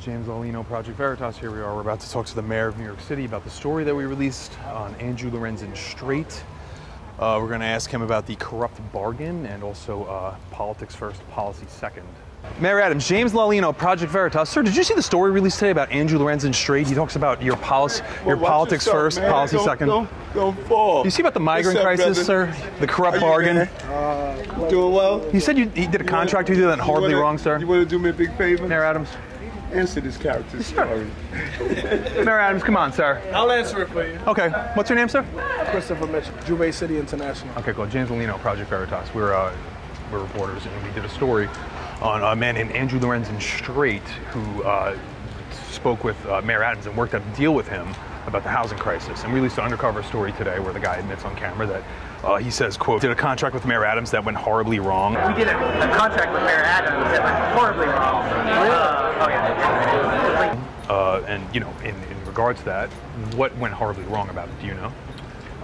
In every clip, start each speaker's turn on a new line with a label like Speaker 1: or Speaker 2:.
Speaker 1: James Lolino, Project Veritas. Here we are. We're about to talk to the mayor of New York City about the story that we released on Andrew Lorenzen Strait. Uh, we're going to ask him about the corrupt bargain and also uh, politics first, policy second. Mayor Adams, James Lolino, Project Veritas. Sir, did you see the story released today about Andrew Lorenzen Strait? He talks about your policy, your
Speaker 2: Well, watch
Speaker 1: politics
Speaker 2: yourself,
Speaker 1: 1st
Speaker 2: man.
Speaker 1: policy
Speaker 2: Don't-
Speaker 1: 2nd
Speaker 2: Don't, don't fall.
Speaker 1: You see about the migrant crisis, sir? The corrupt bargain.
Speaker 2: sir? Uh, Doing well?
Speaker 1: You said you he did a contract with you that hardly
Speaker 2: wanna,
Speaker 1: wrong, sir.
Speaker 2: You want to do me a big favor?
Speaker 1: Mayor Adams.
Speaker 2: Answer this character's story.
Speaker 1: Mayor Adams, come on, sir.
Speaker 3: I'll answer it for you.
Speaker 1: Okay. What's your name, sir?
Speaker 3: Christopher Mitchell, Juve City International.
Speaker 1: Okay, cool. James Lino, Project Veritas. We're uh, we're reporters, and we did a story on a man named Andrew Lorenzen Strait who uh, spoke with uh, Mayor Adams and worked out a deal with him about the housing crisis. And we released an undercover story today where the guy admits on camera that uh, he says, "quote Did a contract with Mayor Adams that went horribly wrong."
Speaker 4: We did a, a contract with Mayor Adams that went horribly wrong. Uh, oh yeah.
Speaker 1: Uh, and you know, in, in regards to that, what went horribly wrong about it? Do you know?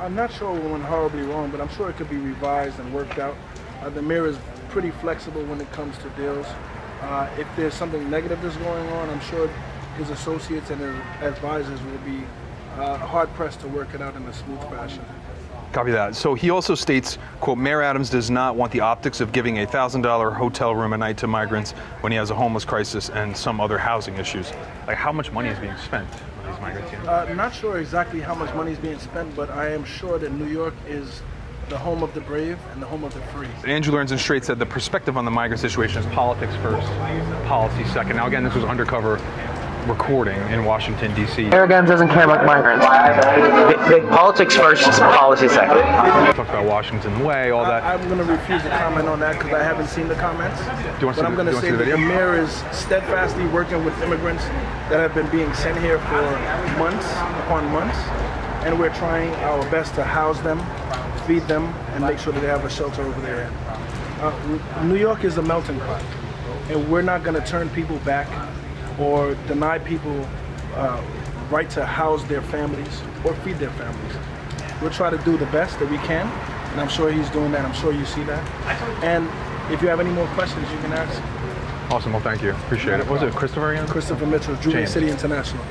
Speaker 3: I'm not sure what went horribly wrong, but I'm sure it could be revised and worked out. Uh, the mayor is pretty flexible when it comes to deals. Uh, if there's something negative that's going on, I'm sure his associates and his advisors will be uh, hard pressed to work it out in a smooth fashion.
Speaker 1: Copy that. So he also states, quote, Mayor Adams does not want the optics of giving a $1,000 hotel room a night to migrants when he has a homeless crisis and some other housing issues. Like, how much money is being spent on these migrants? you know?
Speaker 3: Uh, not sure exactly how much money is being spent, but I am sure that New York is the home of the brave and the home of the free.
Speaker 1: Andrew Lorenzen Strait said the perspective on the migrant situation is politics first, policy second. Now, again, this was undercover recording in Washington, D.C.
Speaker 4: Mayor Adams doesn't care about migrants. Politics first, policy second.
Speaker 1: Talked about Washington Way, all
Speaker 3: I-
Speaker 1: that.
Speaker 3: I'm going to refuse to comment on that because I haven't seen the comments.
Speaker 1: you want to see
Speaker 3: but I'm
Speaker 1: the-
Speaker 3: going
Speaker 1: do you want to
Speaker 3: to say
Speaker 1: see the
Speaker 3: that the
Speaker 1: video?
Speaker 3: mayor is steadfastly working with immigrants that have been being sent here for months upon months, and we're trying our best to house them, feed them, and make sure that they have a shelter over there. Uh, New York is a melting pot, and we're not going to turn people back or deny people uh, right to house their families or feed their families. We'll try to do the best that we can, and I'm sure he's doing that. I'm sure you see that. And if you have any more questions, you can ask
Speaker 1: Awesome. Well, thank you. Appreciate it. What was it Christopher again?
Speaker 3: Christopher Mitchell, Jubilee
Speaker 1: James.
Speaker 3: City International.